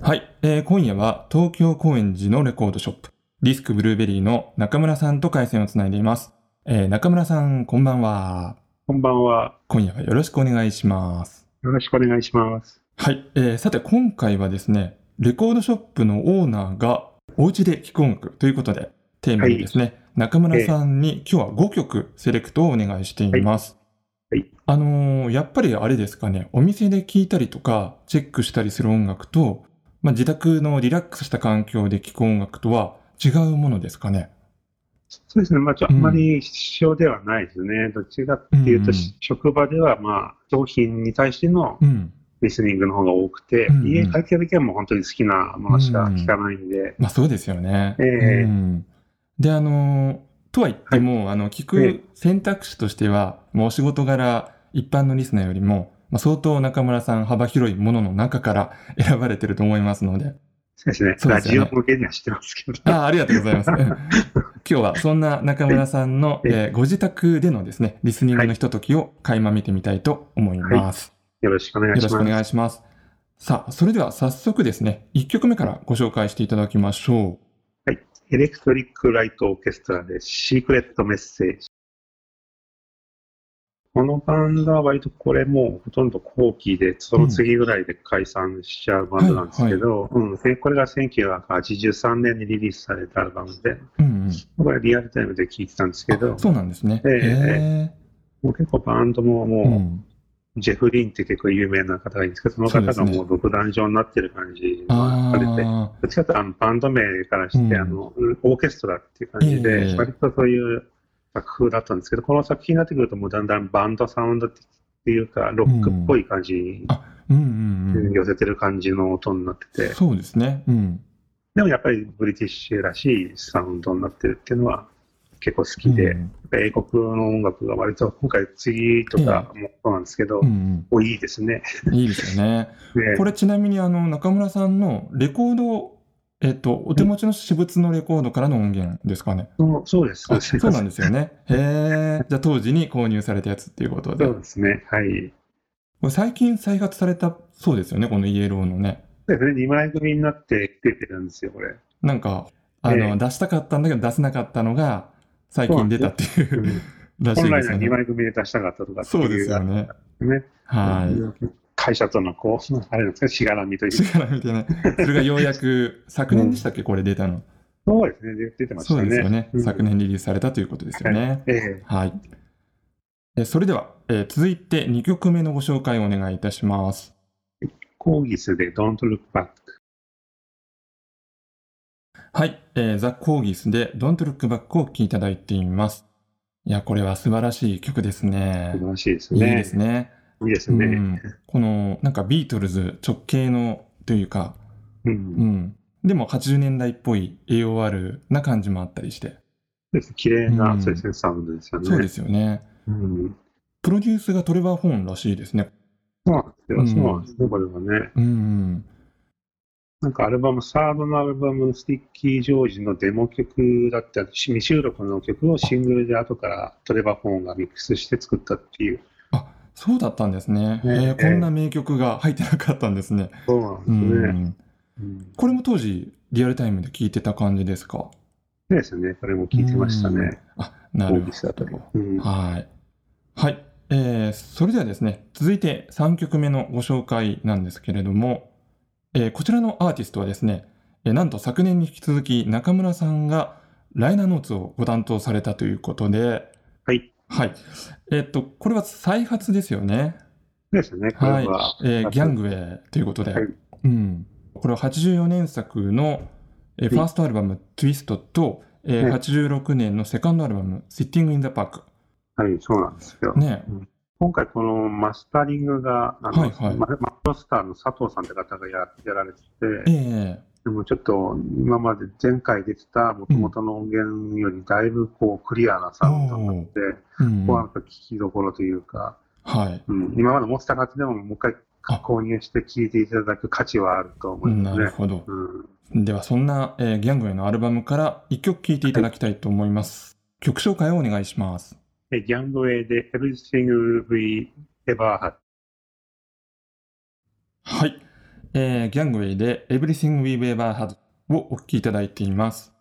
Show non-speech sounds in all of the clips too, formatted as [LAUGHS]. はい、えー今夜は東京高円寺のレコードショップ、ディスクブルーベリーの中村さんと回線をつないでいます。えー中村さん、こんばんは。こんばんは。今夜はよろしくお願いします。よろしくお願いします。はい、えーさて今回はですね、レコードショップのオーナーがお家で聴く音楽ということで、テーマにですね、中村さんに今日は5曲セレクトをお願いしていまはす。いはいあのーやっぱりあれですかね、お店で聴いたりとか、チェックしたりする音楽と、まあ、自宅のリラックスした環境で聴く音楽とは違うものですかね。そうですね。まあ、ちょうあんんまり必要ではないですね。どっちかっていううんうと、ん職場では、まあ、商品に対してのうん。リスニングの方が多くて、うんうん家帰ってる時はもう本当に好きなものしか聞かないんで、まあそうですよね。ええうん、であのとは言っても、あの聞えく選択肢としては、もうお仕事柄一般のリスナーよりも、まあ、相当中村さん幅広いものの中から [LAUGHS] 選ばれてると思いますので。そうですね。そうでラすよねジオ向けにはしてますけど。あありがとうござい [LAUGHS] ます。うん今日はそんな中村さんの、えええーご自宅でのですね、リスニングのひとときを垣間見てみたいと思います。よろしくお願いよしろしくおます。願いします。さあ、それでは早速ですね、1曲目からご紹介していただきましょう。エレクトリック・ライト・オーケストラで、シークレット・メッセージ。このバンドは割とこれもうほとんど後期で、その次ぐらいで解散しちゃうバンドなんですけど、うんでこれが1983年にリリースされたアルバムで、うんこれリアルタイムで聴いてたんですうけん、どあ、そうなんですね。ええへもう結構バンドもえうもんう、ジェフ・リンって結構有名な方がいるんですけど、その方そうですがねもう独壇場になってる感じあがされて、あ、どっちかというとあのバンド名からして、うんあのオーケストラっていう感じで、ええ割とそういう楽譜だったんですけど、この作品になってくると、もうだんだんバンドサウンドっていうか、ロックっぽい感じにうんうん寄せてる感じの音になってて、うん。そうですね。うん。でもやっぱりブリティッシュらしいサウンドになってるっていうのは結構好きで、うん英国の音楽が割と今回、次とかもそうなんですけど、うん多いいですね。うん、いいです [LAUGHS] よね。ねこれちなみにあの中村さんのレコード、えっと、お手持ちの私物のレコードからの音源ですかね。そうそうです、あそうなんでですよね。へえ。じゃあ当時に購入されたやつっていうことす。で。そうこですね。はい。れ最近再発されたそうですよね、このイエローのね。そうですね。2枚組になって出てるんですよ、これ。なんか、あえの、え出したかったんだけど出せなかったのが最近出たっていううん [LAUGHS] らしい本来ですならよね2。枚組で出したかったとかってそういですよね。ねはい。会社とのこう、 [LAUGHS] あれなんですか、しがらみと [LAUGHS] いうか、違うみたいな。それがようやく、昨年でしたっけ、これ出たの。そうですね、で出てましそたうですよね。ね、うん昨年リリースされたということですよね。ええはい。えそれでは、えー続いて2曲目のご紹介をお願いいたします。コーギスで Don't Look Back。はい。えーザ・コーギスで Don't Look Back を聴いていただいています。いや、これは素晴らしい曲ですね素。晴らしいですいいね。ですね。いいですうね。ん、この、なんかビートルズ直系のというか、うんうん。でも80年代っぽい AOR な感じもあったりして。そうですね綺麗な、うんそうですね、サウンドですよね。そうですよね。うんプロデュースがトレバー・ホーンらしいですね。そうなんですうよ、んそうなんですね、これはね。うん。なんかアルバム、サードのアルバムのスティッキー・ジョージのデモ曲だったり、未収録の曲をシングルで後からトレバー・ホーンがミックスして作ったっていう。そうだったんですね。えねーこんな名曲が入ってなかったんですね。そうなんですうね。ん。うんこれも当時、リアルタイムで聴いてた感じですかそうですね、これも聞いてましたね。うんあ、なるオーディスだとほうんど。はい。はい。えーそれではですね、続いて3曲目のご紹介なんですけれども、えーこちらのアーティストはですね、えーなんと昨年に引き続き中村さんがライナーノーツをご担当されたということで、はい。はい。えっと、これは再発ですよね。そうですね、これはいは。。えーギャングウェイということで。はいうん。これは84年作の、えーいファーストアルバム、ツイストと、えーはい86年のセカンドアルバム、Sitting in the Park。はい、そうなんですよ。ね。今回、このマスタリングが、あのはいはいママスタスターの佐藤さんって方がややられてえて、えでもちょっと今まで前回出てた元々の音源よりだいぶこうクリアなサウンドになって、うんここはなんか聞きどころというか、はい。うん、今まで持ってた方でももう一回購入して聞いていただく価値はあると思いまなするね。ほど。うん、では、そんな、えーギャングウェイのアルバムから1曲聴いていただきたいと思います。曲紹介をお願いします。えギャングウェイで Everything We Ever Had はい。えーギャングウェイで Everything We Ever Had をお聴きいただいています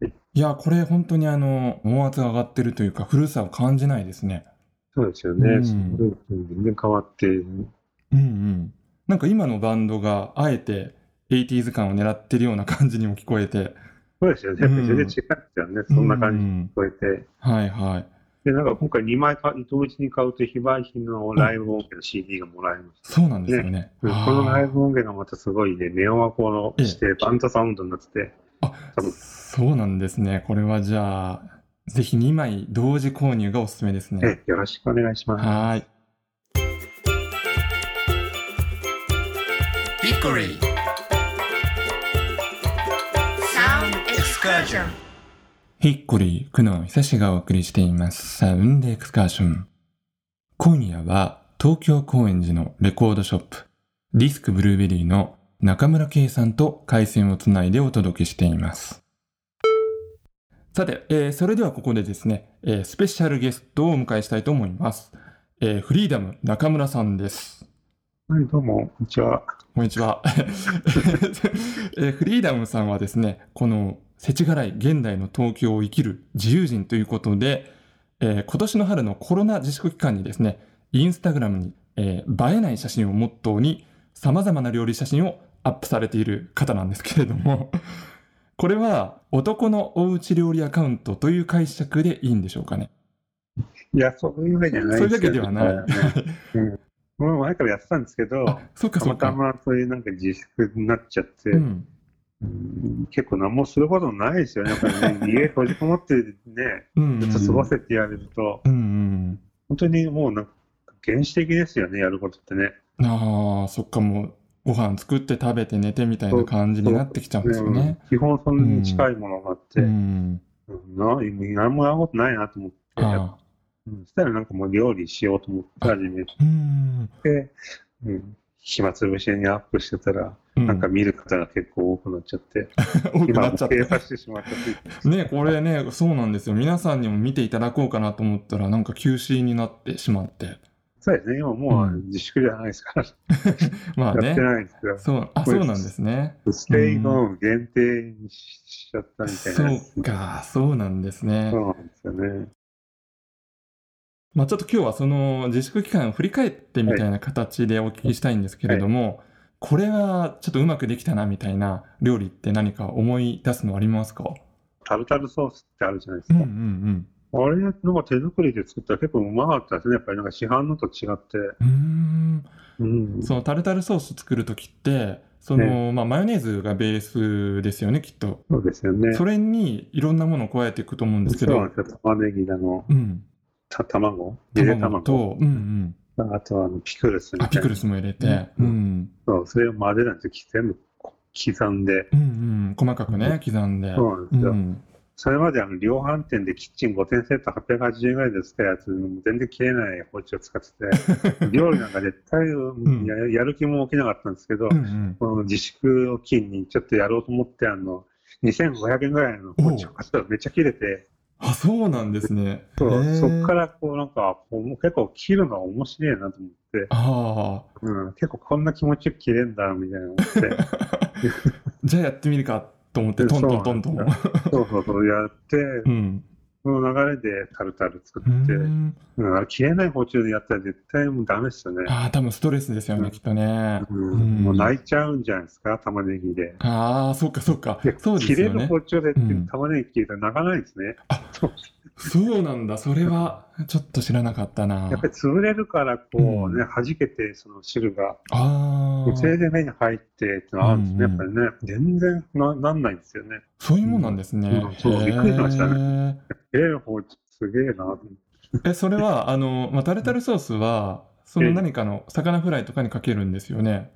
はいいやこれ本当にあの音圧が上がってるというか古さを感じないですねそうですよね。うんすごい全然変わって、うんうんなんか今のバンドがあえて 80s 感を狙ってるような感じにも聞こえてそうですよね。やっぱり全然違ったよね。そんな感じうにん聞こえて。うんはいはいで、なんか今回2枚か、同時に買うと非売品のライブ音源の CD がもらえました。そうなんですよねうんあーこのライブ音源がまたすごいね、ネオワコのして、バンドサウンドになってて、多分そうなんですねこれはじゃあぜひ2枚同時購入がおすすめですねえよろしくお願いします。はーい Hickory. Sound excursion. ヒッコリー、久野久志がお送りしています。サウンドエクスカーション。今夜は東京高円寺のレコードショップ、ディスクブルーベリーの中村圭さんと回線をつないでお届けしています。さて、えーそれではここでですね、えースペシャルゲストをお迎えしたいと思います。えーフリーダム中村さんです。はい、どうも、こんにちは。こんにちは。 [LAUGHS] えーフリーダムさんはですね、この世知辛い現代の東京を生きる自由人ということで、えー今年の春のコロナ自粛期間にですね、インスタグラムに、えー映えない写真をモットーに、様々な料理写真をアップされている方なんですけれども、これは男のおうち料理アカウントという解釈でいいんでしょうかね。いや、そういうわけじゃないそういうわけではないい。うんこの前からやってたんですけど [LAUGHS] あ、、そっかたそまったか。まそういうなんか自粛になっちゃって、うん。うん結構何もすることないですよね。やっぱり [LAUGHS] ね家閉じこもってね、うんずっと過ごせって言われると、うんうん。本当にもうなんか原始的ですよね、やることってね。ああ、そっか、もう、ご飯作って食べて寝てみたいな感じになってきちゃうんですよね。うん基本そんなに近いものがあって、ううんん。な何もやることないなと思って、あうんそしたらなんかもう料理しようと思って始めーうん。て、うん、暇つぶしにアップしてたら、うんなんか見る方が結構多くなっちゃって、 [LAUGHS] 多く今なもっちゃっ閉鎖て。してしまったというね、これね、そうなんですよ。皆さんにも見ていただこうかなと思ったら、なんか休止になってしまって。そうですね、今もう自粛じゃないですから、まやあっねて。ないですよ。そう、あ、そうなんですね。ステイホーム限定にしちゃったみたいなやつ。そうか、そうなんですね。そうなんですよね。まあ、ちょっと今日はその自粛期間を振り返ってみたいな形でお聞きしたいんですけれども、これはちょっとうまくできたなみたいな料理って何か思い出すのありますかタルタルソースってあるじゃないですうんうか。んあれのが手作りで作ったら結構うまかったですね。やっぱりなんか市販のと違って。うん。うーんうん。そのタルタルソース作るときって、その、まあ、マヨネーズがベースですよね、きっと。そうですよね。それにいろんなものを加えていくと思うんですけそうなんど、ですよ。玉ねぎだの、うん。た卵、ゆで卵卵、と、うんうん。あとはあのピクルスみたいな。あ、ピクルスも入れて、ううんん。そう、それを混ぜなんですよ。全部刻んで。うんうん。細かくね、刻んで。そうなんでうすよ。ん。それまであの量販店でキッチン5点セット880円ぐらいで売ってたやつ、全然切れない包丁使って [LAUGHS] て、料理なんか絶対んややる気も起きなかったんですけど、うんうん。この自粛を機にちょっとやろうと思って、あの、2500円ぐらいの包丁買ったらめっちゃ切れて、あ、そうなんですね。そうへーそっからこうなんか、こう結構切るのが面白いなと思って、ああ、うん、結構こんな気持ちよく切れんだ、みたいな思 [LAUGHS] って、じゃあやってみるかと思って、うんトントントントン。そうなんそうそうそうやって、うん。その流れでタルタル作うって、んうん、あれ切れない包丁でやったら絶対もうダメですよね。ああ、多分ストレスですよね、きっとね。うん、もう泣いちゃうんじゃないですか、玉ねぎで。ああ、そうかそうか。そうで切すれよるね。包丁でうん玉ねぎ切れたら泣かないですね。そうなんだ。それは、ちょっと知らなかったな。やっぱり潰れるから、こうね、う弾けて、その汁が、ああ、それで目に入ってっていうのはあるんですね、うやんっぱりね。全然ななんないんですよね。そういうもんなんですね。うんそうびっくりしましたね。切れる包丁すげえなと思って。え、それは、あの、まあ、タルタルソースは、その何かの魚フライとかにかけるんですよね。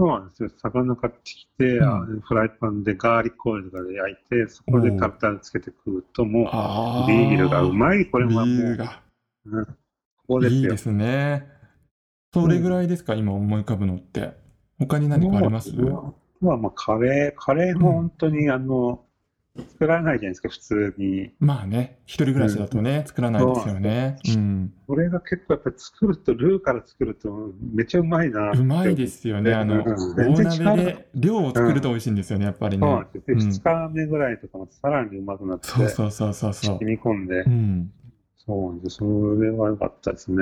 そうなんですよ。魚買ってきて、うフライパンでガーリックオイルとかで焼いて、そこでタルタルつけて食うと、もあうあ。ビールがうまい、ここれはビもールう、が。うんここですいいよで。すね。それぐらいですか、今思い浮かぶのって。他に何かありますまあ、まあ、カレー、カレーも本当に、あの、作らないじゃないですか、普通に。まあね、一人暮らしだとね、作らないですよね。うん。これが結構やっぱり作ると、ルーから作ると、めちゃうまいなって。うまいですよね。あうの、ん大全然鍋違うで量を作ると美味しいんですよね、やっぱりそうねな。んですよ。で、うん2日目ぐらいとかもさらにうまくなって、そうそうそうそうそう染。み込んでう、ん。そうなんです。それは良かったですね。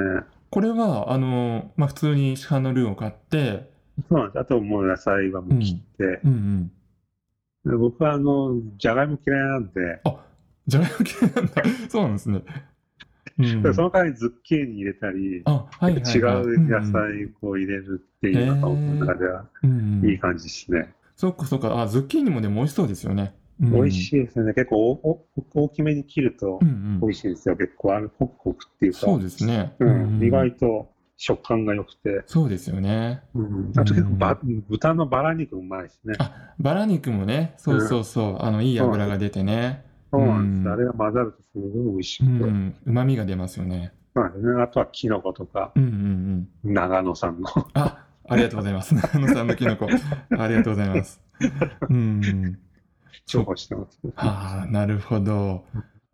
これは、あの、まあ普通に市販のルーを買って、そうなんです。あともう野菜はもう切って、うんうん。で僕はあの、じゃがいも嫌いなんで、じゃがいも系なんだ。 [LAUGHS] そうなんですね。うんその代わりズッキーニ入れたり、あ、はいはい、はい。違う野んん菜こう入れるっていうのがうん僕の中ではうんうんいい感じですね。そっかそっか。あ、ズッキーニもでも美味しそうですよね。美美味しいですね。結構おお大きめに切るとうんうん美味しいですよ。結構あるホクホクっていうか、そうですね。うん、意外外と食感が良くて、そうですよね。うん、あと結構ば、豚のバラ肉うまいですね。あ、バラ肉もね、そうそうそう、あの、いい脂が出てね。そうなんです。うんあれが混ざるとすごい美味しうくて。ん、うまみが出ますよね。そうなんですね。あとはキノコとか、うんうんうん。長野産の。 [LAUGHS] あ、ありがとうございます。長野さんのキノコ。ありがとうございます。うん。重宝してます。ああ、なるほど。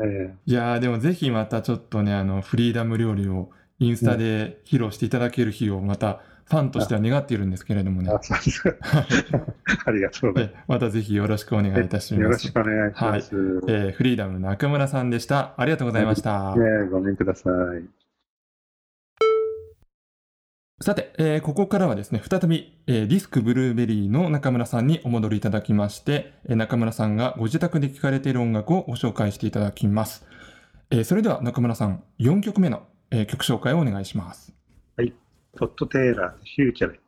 ええいやーでもぜひまたちょっとね、あの、フリーダム料理をインスタで披露していただける日をまたファンとしては願っているんですけれどもねあ、。そうですか。 [LAUGHS] ありがとうございえまたぜひよろしくお願いいたします。よまろすし。くお願いします。えーフリーダムの中村さんでした。ありがとうございました。ねごめんください。さて、えーここからはですね、再び、えーディスクブルーベリーの中村さんにお戻りいただきまして、えー中村さんがご自宅で聴かれている音楽をご紹介していただきます。えーそれでは中村さん、4曲目の、えー曲紹介をお願いします。トット・テイラー、フューチャル。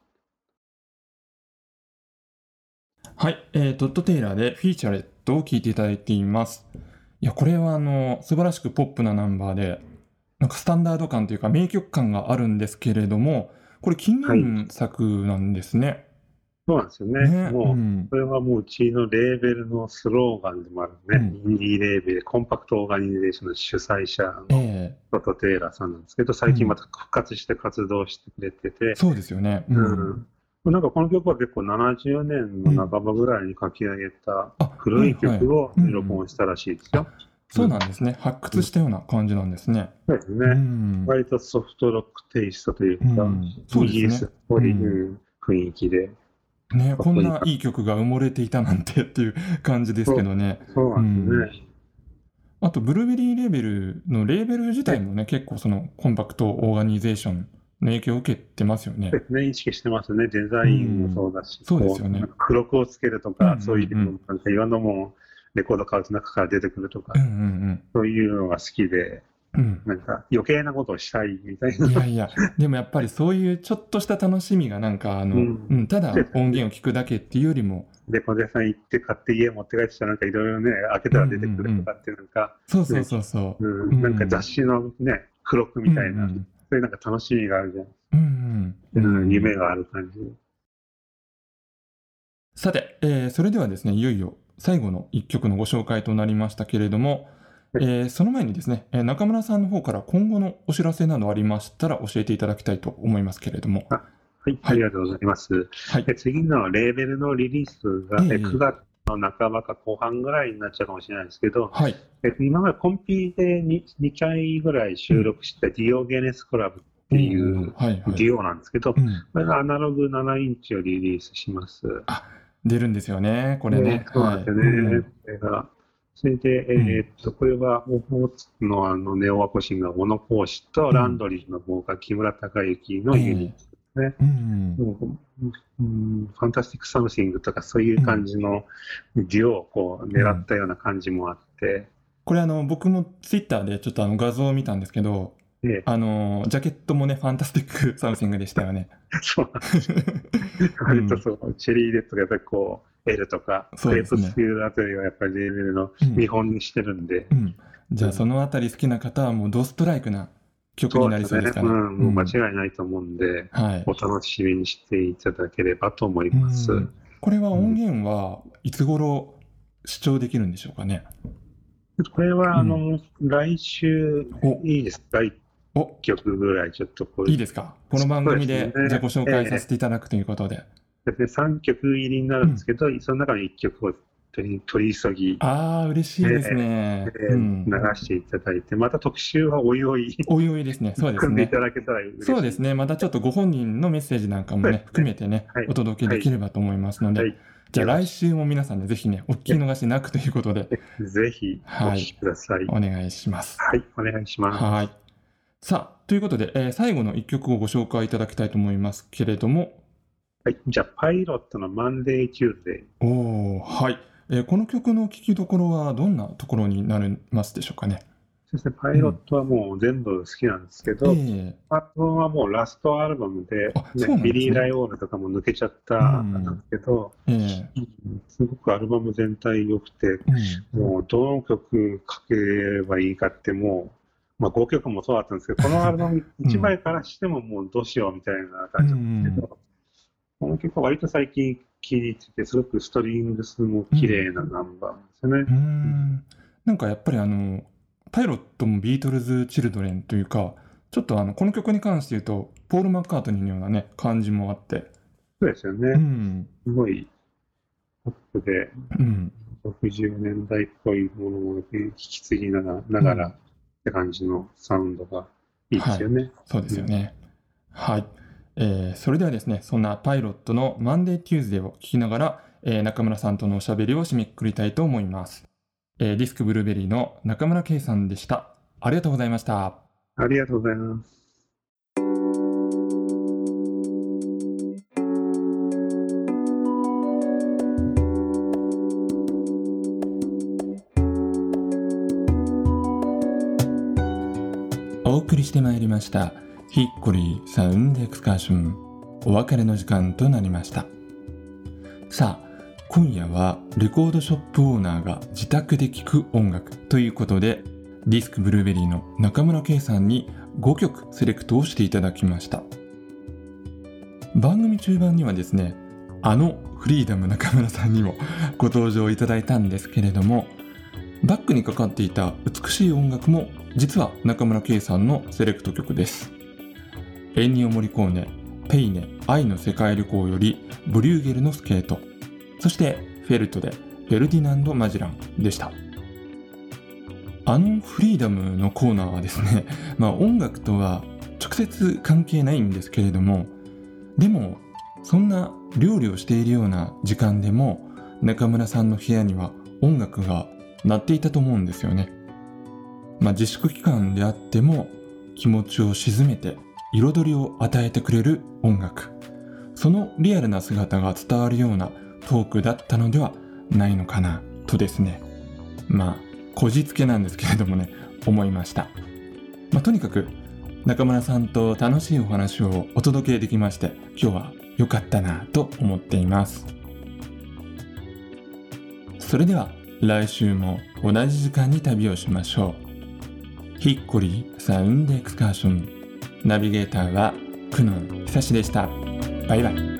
はい、えートッド・テイラーでフィーチャレットを聴いていただいています。いや、これはあの、素晴らしくポップなナンバーで、なんかスタンダード感というか名曲感があるんですけれども、これ近年作なんですね。そうなんですよね。ねもう、んこれはもううちのレーベルのスローガンでもあるね、インディーレーベル、コンパクトオーガニゼーションの主催者えのトト・テイラーさんなんですけど、最近また復活して活動してくれててー、そうですよね。うんなんかこの曲は結構70年の半ばぐらいに書き上げたあ古いはいはい曲を録音したらしいですよ。そうなんですね。発掘したような感じなんですね。そうですうね。ん割とソフトロックテイストといううかん、そうイですねギリスっぽいうんうん雰囲気で。ね、こんないい曲が埋もれていたなんてっていう感じですけどね。そうなんですね。あと、ブルーベリーレーベルのレーベル自体もね、結構そのコンパクトオーガニゼーションの影響を受けてますよねそう。ですね、意識してますね、デザインもそうだし、んそうですよねこう黒くをつけるとうんうんかうん、そういうのも、なんかいろんなもんをレコード買うと中から出てくるとかうん、うんそういうのが好きで、うん。なんか余計なことをしたいみたいうん、いな、 [LAUGHS] やいや、でもやっぱりそういうちょっとした楽しみがなんか、あの、ううんんただ音源を聞くだけっていうよりも、で、小手さん行って買って家持って帰ってきたら、なんかいろいろね、開けたら出てくるとかって、なんか、そうそうそうそうう。んなんか雑誌のね、黒くみたいな、うんそういうなんか楽しみがあるじゃん。うんうん。うんうん、夢がある感じ。さて、えーそれではですね、いよいよ最後の一曲のご紹介となりましたけれども、えはいーその前にですね、えー中村さんの方から今後のお知らせなどありましたら教えていただきたいと思いますけれども。はい、ありがとうございます。はい。で次のレーベルのリリースが、えええ9月の半ばか後半ぐらいになっちゃうかもしれないですけど、はい。え今までコンピで 2, 2回ぐらい収録したディオゲネスクラブっていんうはい、はいデ。ィオなんですけど、こうんれがアナログ7インチをリリースします。出るんですよね、これね。そうなんですよね。はいこれがそれで、えーっと、これは、オホーツクのあのネオワコシンが小野講師と、うんランドリーのボーカル、木村隆之のユニット。うんうんもううんファンタスティック・サムシングとかそういう感じのデュオをこう狙ったような感じもあって、これあの、僕もツイッターでちょっとあの画像を見たんですけど、であの、ジャケットもね、ファンタスティックサムシングでしたよ [LAUGHS] ね。そう割とそう、チェリーレッドがやっぱりこう、エルとか、そうクレでーすプねスピュールあたりはやっぱりレーベルのうん見本にしてるんで、うんじゃあ、そのあたり好きな方はもうドストライクな曲になりそうですかうね。ん、もう間違いないと思うんで、はいお。楽しみにしていただければと思います。うんこれは音源はいつ頃視聴できるんでしょうかね。これは、あの、う来週、いいですか一お、お、曲ぐらいちょっとこういいですか。この番組そうでですねじゃあご紹介させていただくということで。ですね、3曲入りになるんですけど、その中に1曲を当に取り急ぎ、ああ、嬉しいですねえ。うーん流していただいて、また特集はおいおいおいおいですね。そうです組んでいね。ただけたら嬉しいそうですね。またちょっとご本人のメッセージなんかもそうですねね、含めてねはい、お届けできればと思いますのはでい、じゃあ来週も皆さんね、ぜひね、お聞き逃しなくということで、ぜひお聞きください。お願いします。はい、お願いします。はい。さあ、ということで、えー最後の一曲をご紹介いただきたいと思いますけれども、はい、じゃあ、パイロットのマンデー・キューデおー、はい。えーこの曲の聴きどころはどんなところになりますでしょうかね。ー。ですね、パイロットはもう全部好きなんですけえど、ーアルバムはもうラストアルバムで、あそうねなんですねビリー・ライオールとかも抜けちゃったんですけど、えーすごくアルバム全体良くて、うんもうどの曲かければいいかってもう、まあ、5曲もそうだったんですけど、このアルバム1枚からしてももうどうしようみたいな感じなんですけど、この曲は割と最近聴いてて、すごくストリングスも綺麗なナンバーなんですよね。うーんなんかやっぱりあのパイロットもビートルズ・チルドレンというかちょっとあのこの曲に関して言うとポール・マッカートニーのようなね感じもあってそうですようね。んすごいポップで、うん60年代っぽいものを引き継ぎながらながらって感じのサウンドがいいですよね。そうですよねはい、えーそれではですねそんなパイロットの「マンデー・テューズデー」を聞きながら、えー中村さんとのおしゃべりを締めくくりたいと思います、えーディスクブルーベリーの中村圭さんでしたありがとうございましたありがとうございます。お送りしてまいりましたヒッコリーサウンドエクスカーションお別れの時間となりましたさあ今夜はレコードショップオーナーが自宅で聴く音楽ということでディスクブルーベリーの中村圭さんに5曲セレクトをしていただきました番組中盤にはですねあのフリーダム中村さんにもご登場いただいたんですけれどもバックにかかっていた美しい音楽も実は中村圭さんのセレクト曲です。エンニオ・モリコーネ、ペイネ、愛の世界旅行よりブリューゲルのスケート、そしてフェルトでフェルディナンド・マジランでした。あのフリーダムのコーナーはですね、 [LAUGHS] まあ音楽とは直接関係ないんですけれども、でもそんな料理をしているような時間でも中村さんの部屋には音楽がなっていたと思うんですよね。まあ、自粛期間であっても気持ちを鎮めて彩りを与えてくれる音楽そのリアルな姿が伝わるようなトークだったのではないのかなとですねまあこじつけなんですけれどもね思いました、まあ、とにかく中村さんと楽しいお話をお届けできまして今日は良かったなと思っていますそれでは来週も同じ時間に旅をしましょうヒッコリーサウンドエクスカーションナビゲーターは久能久志でしたバイバイ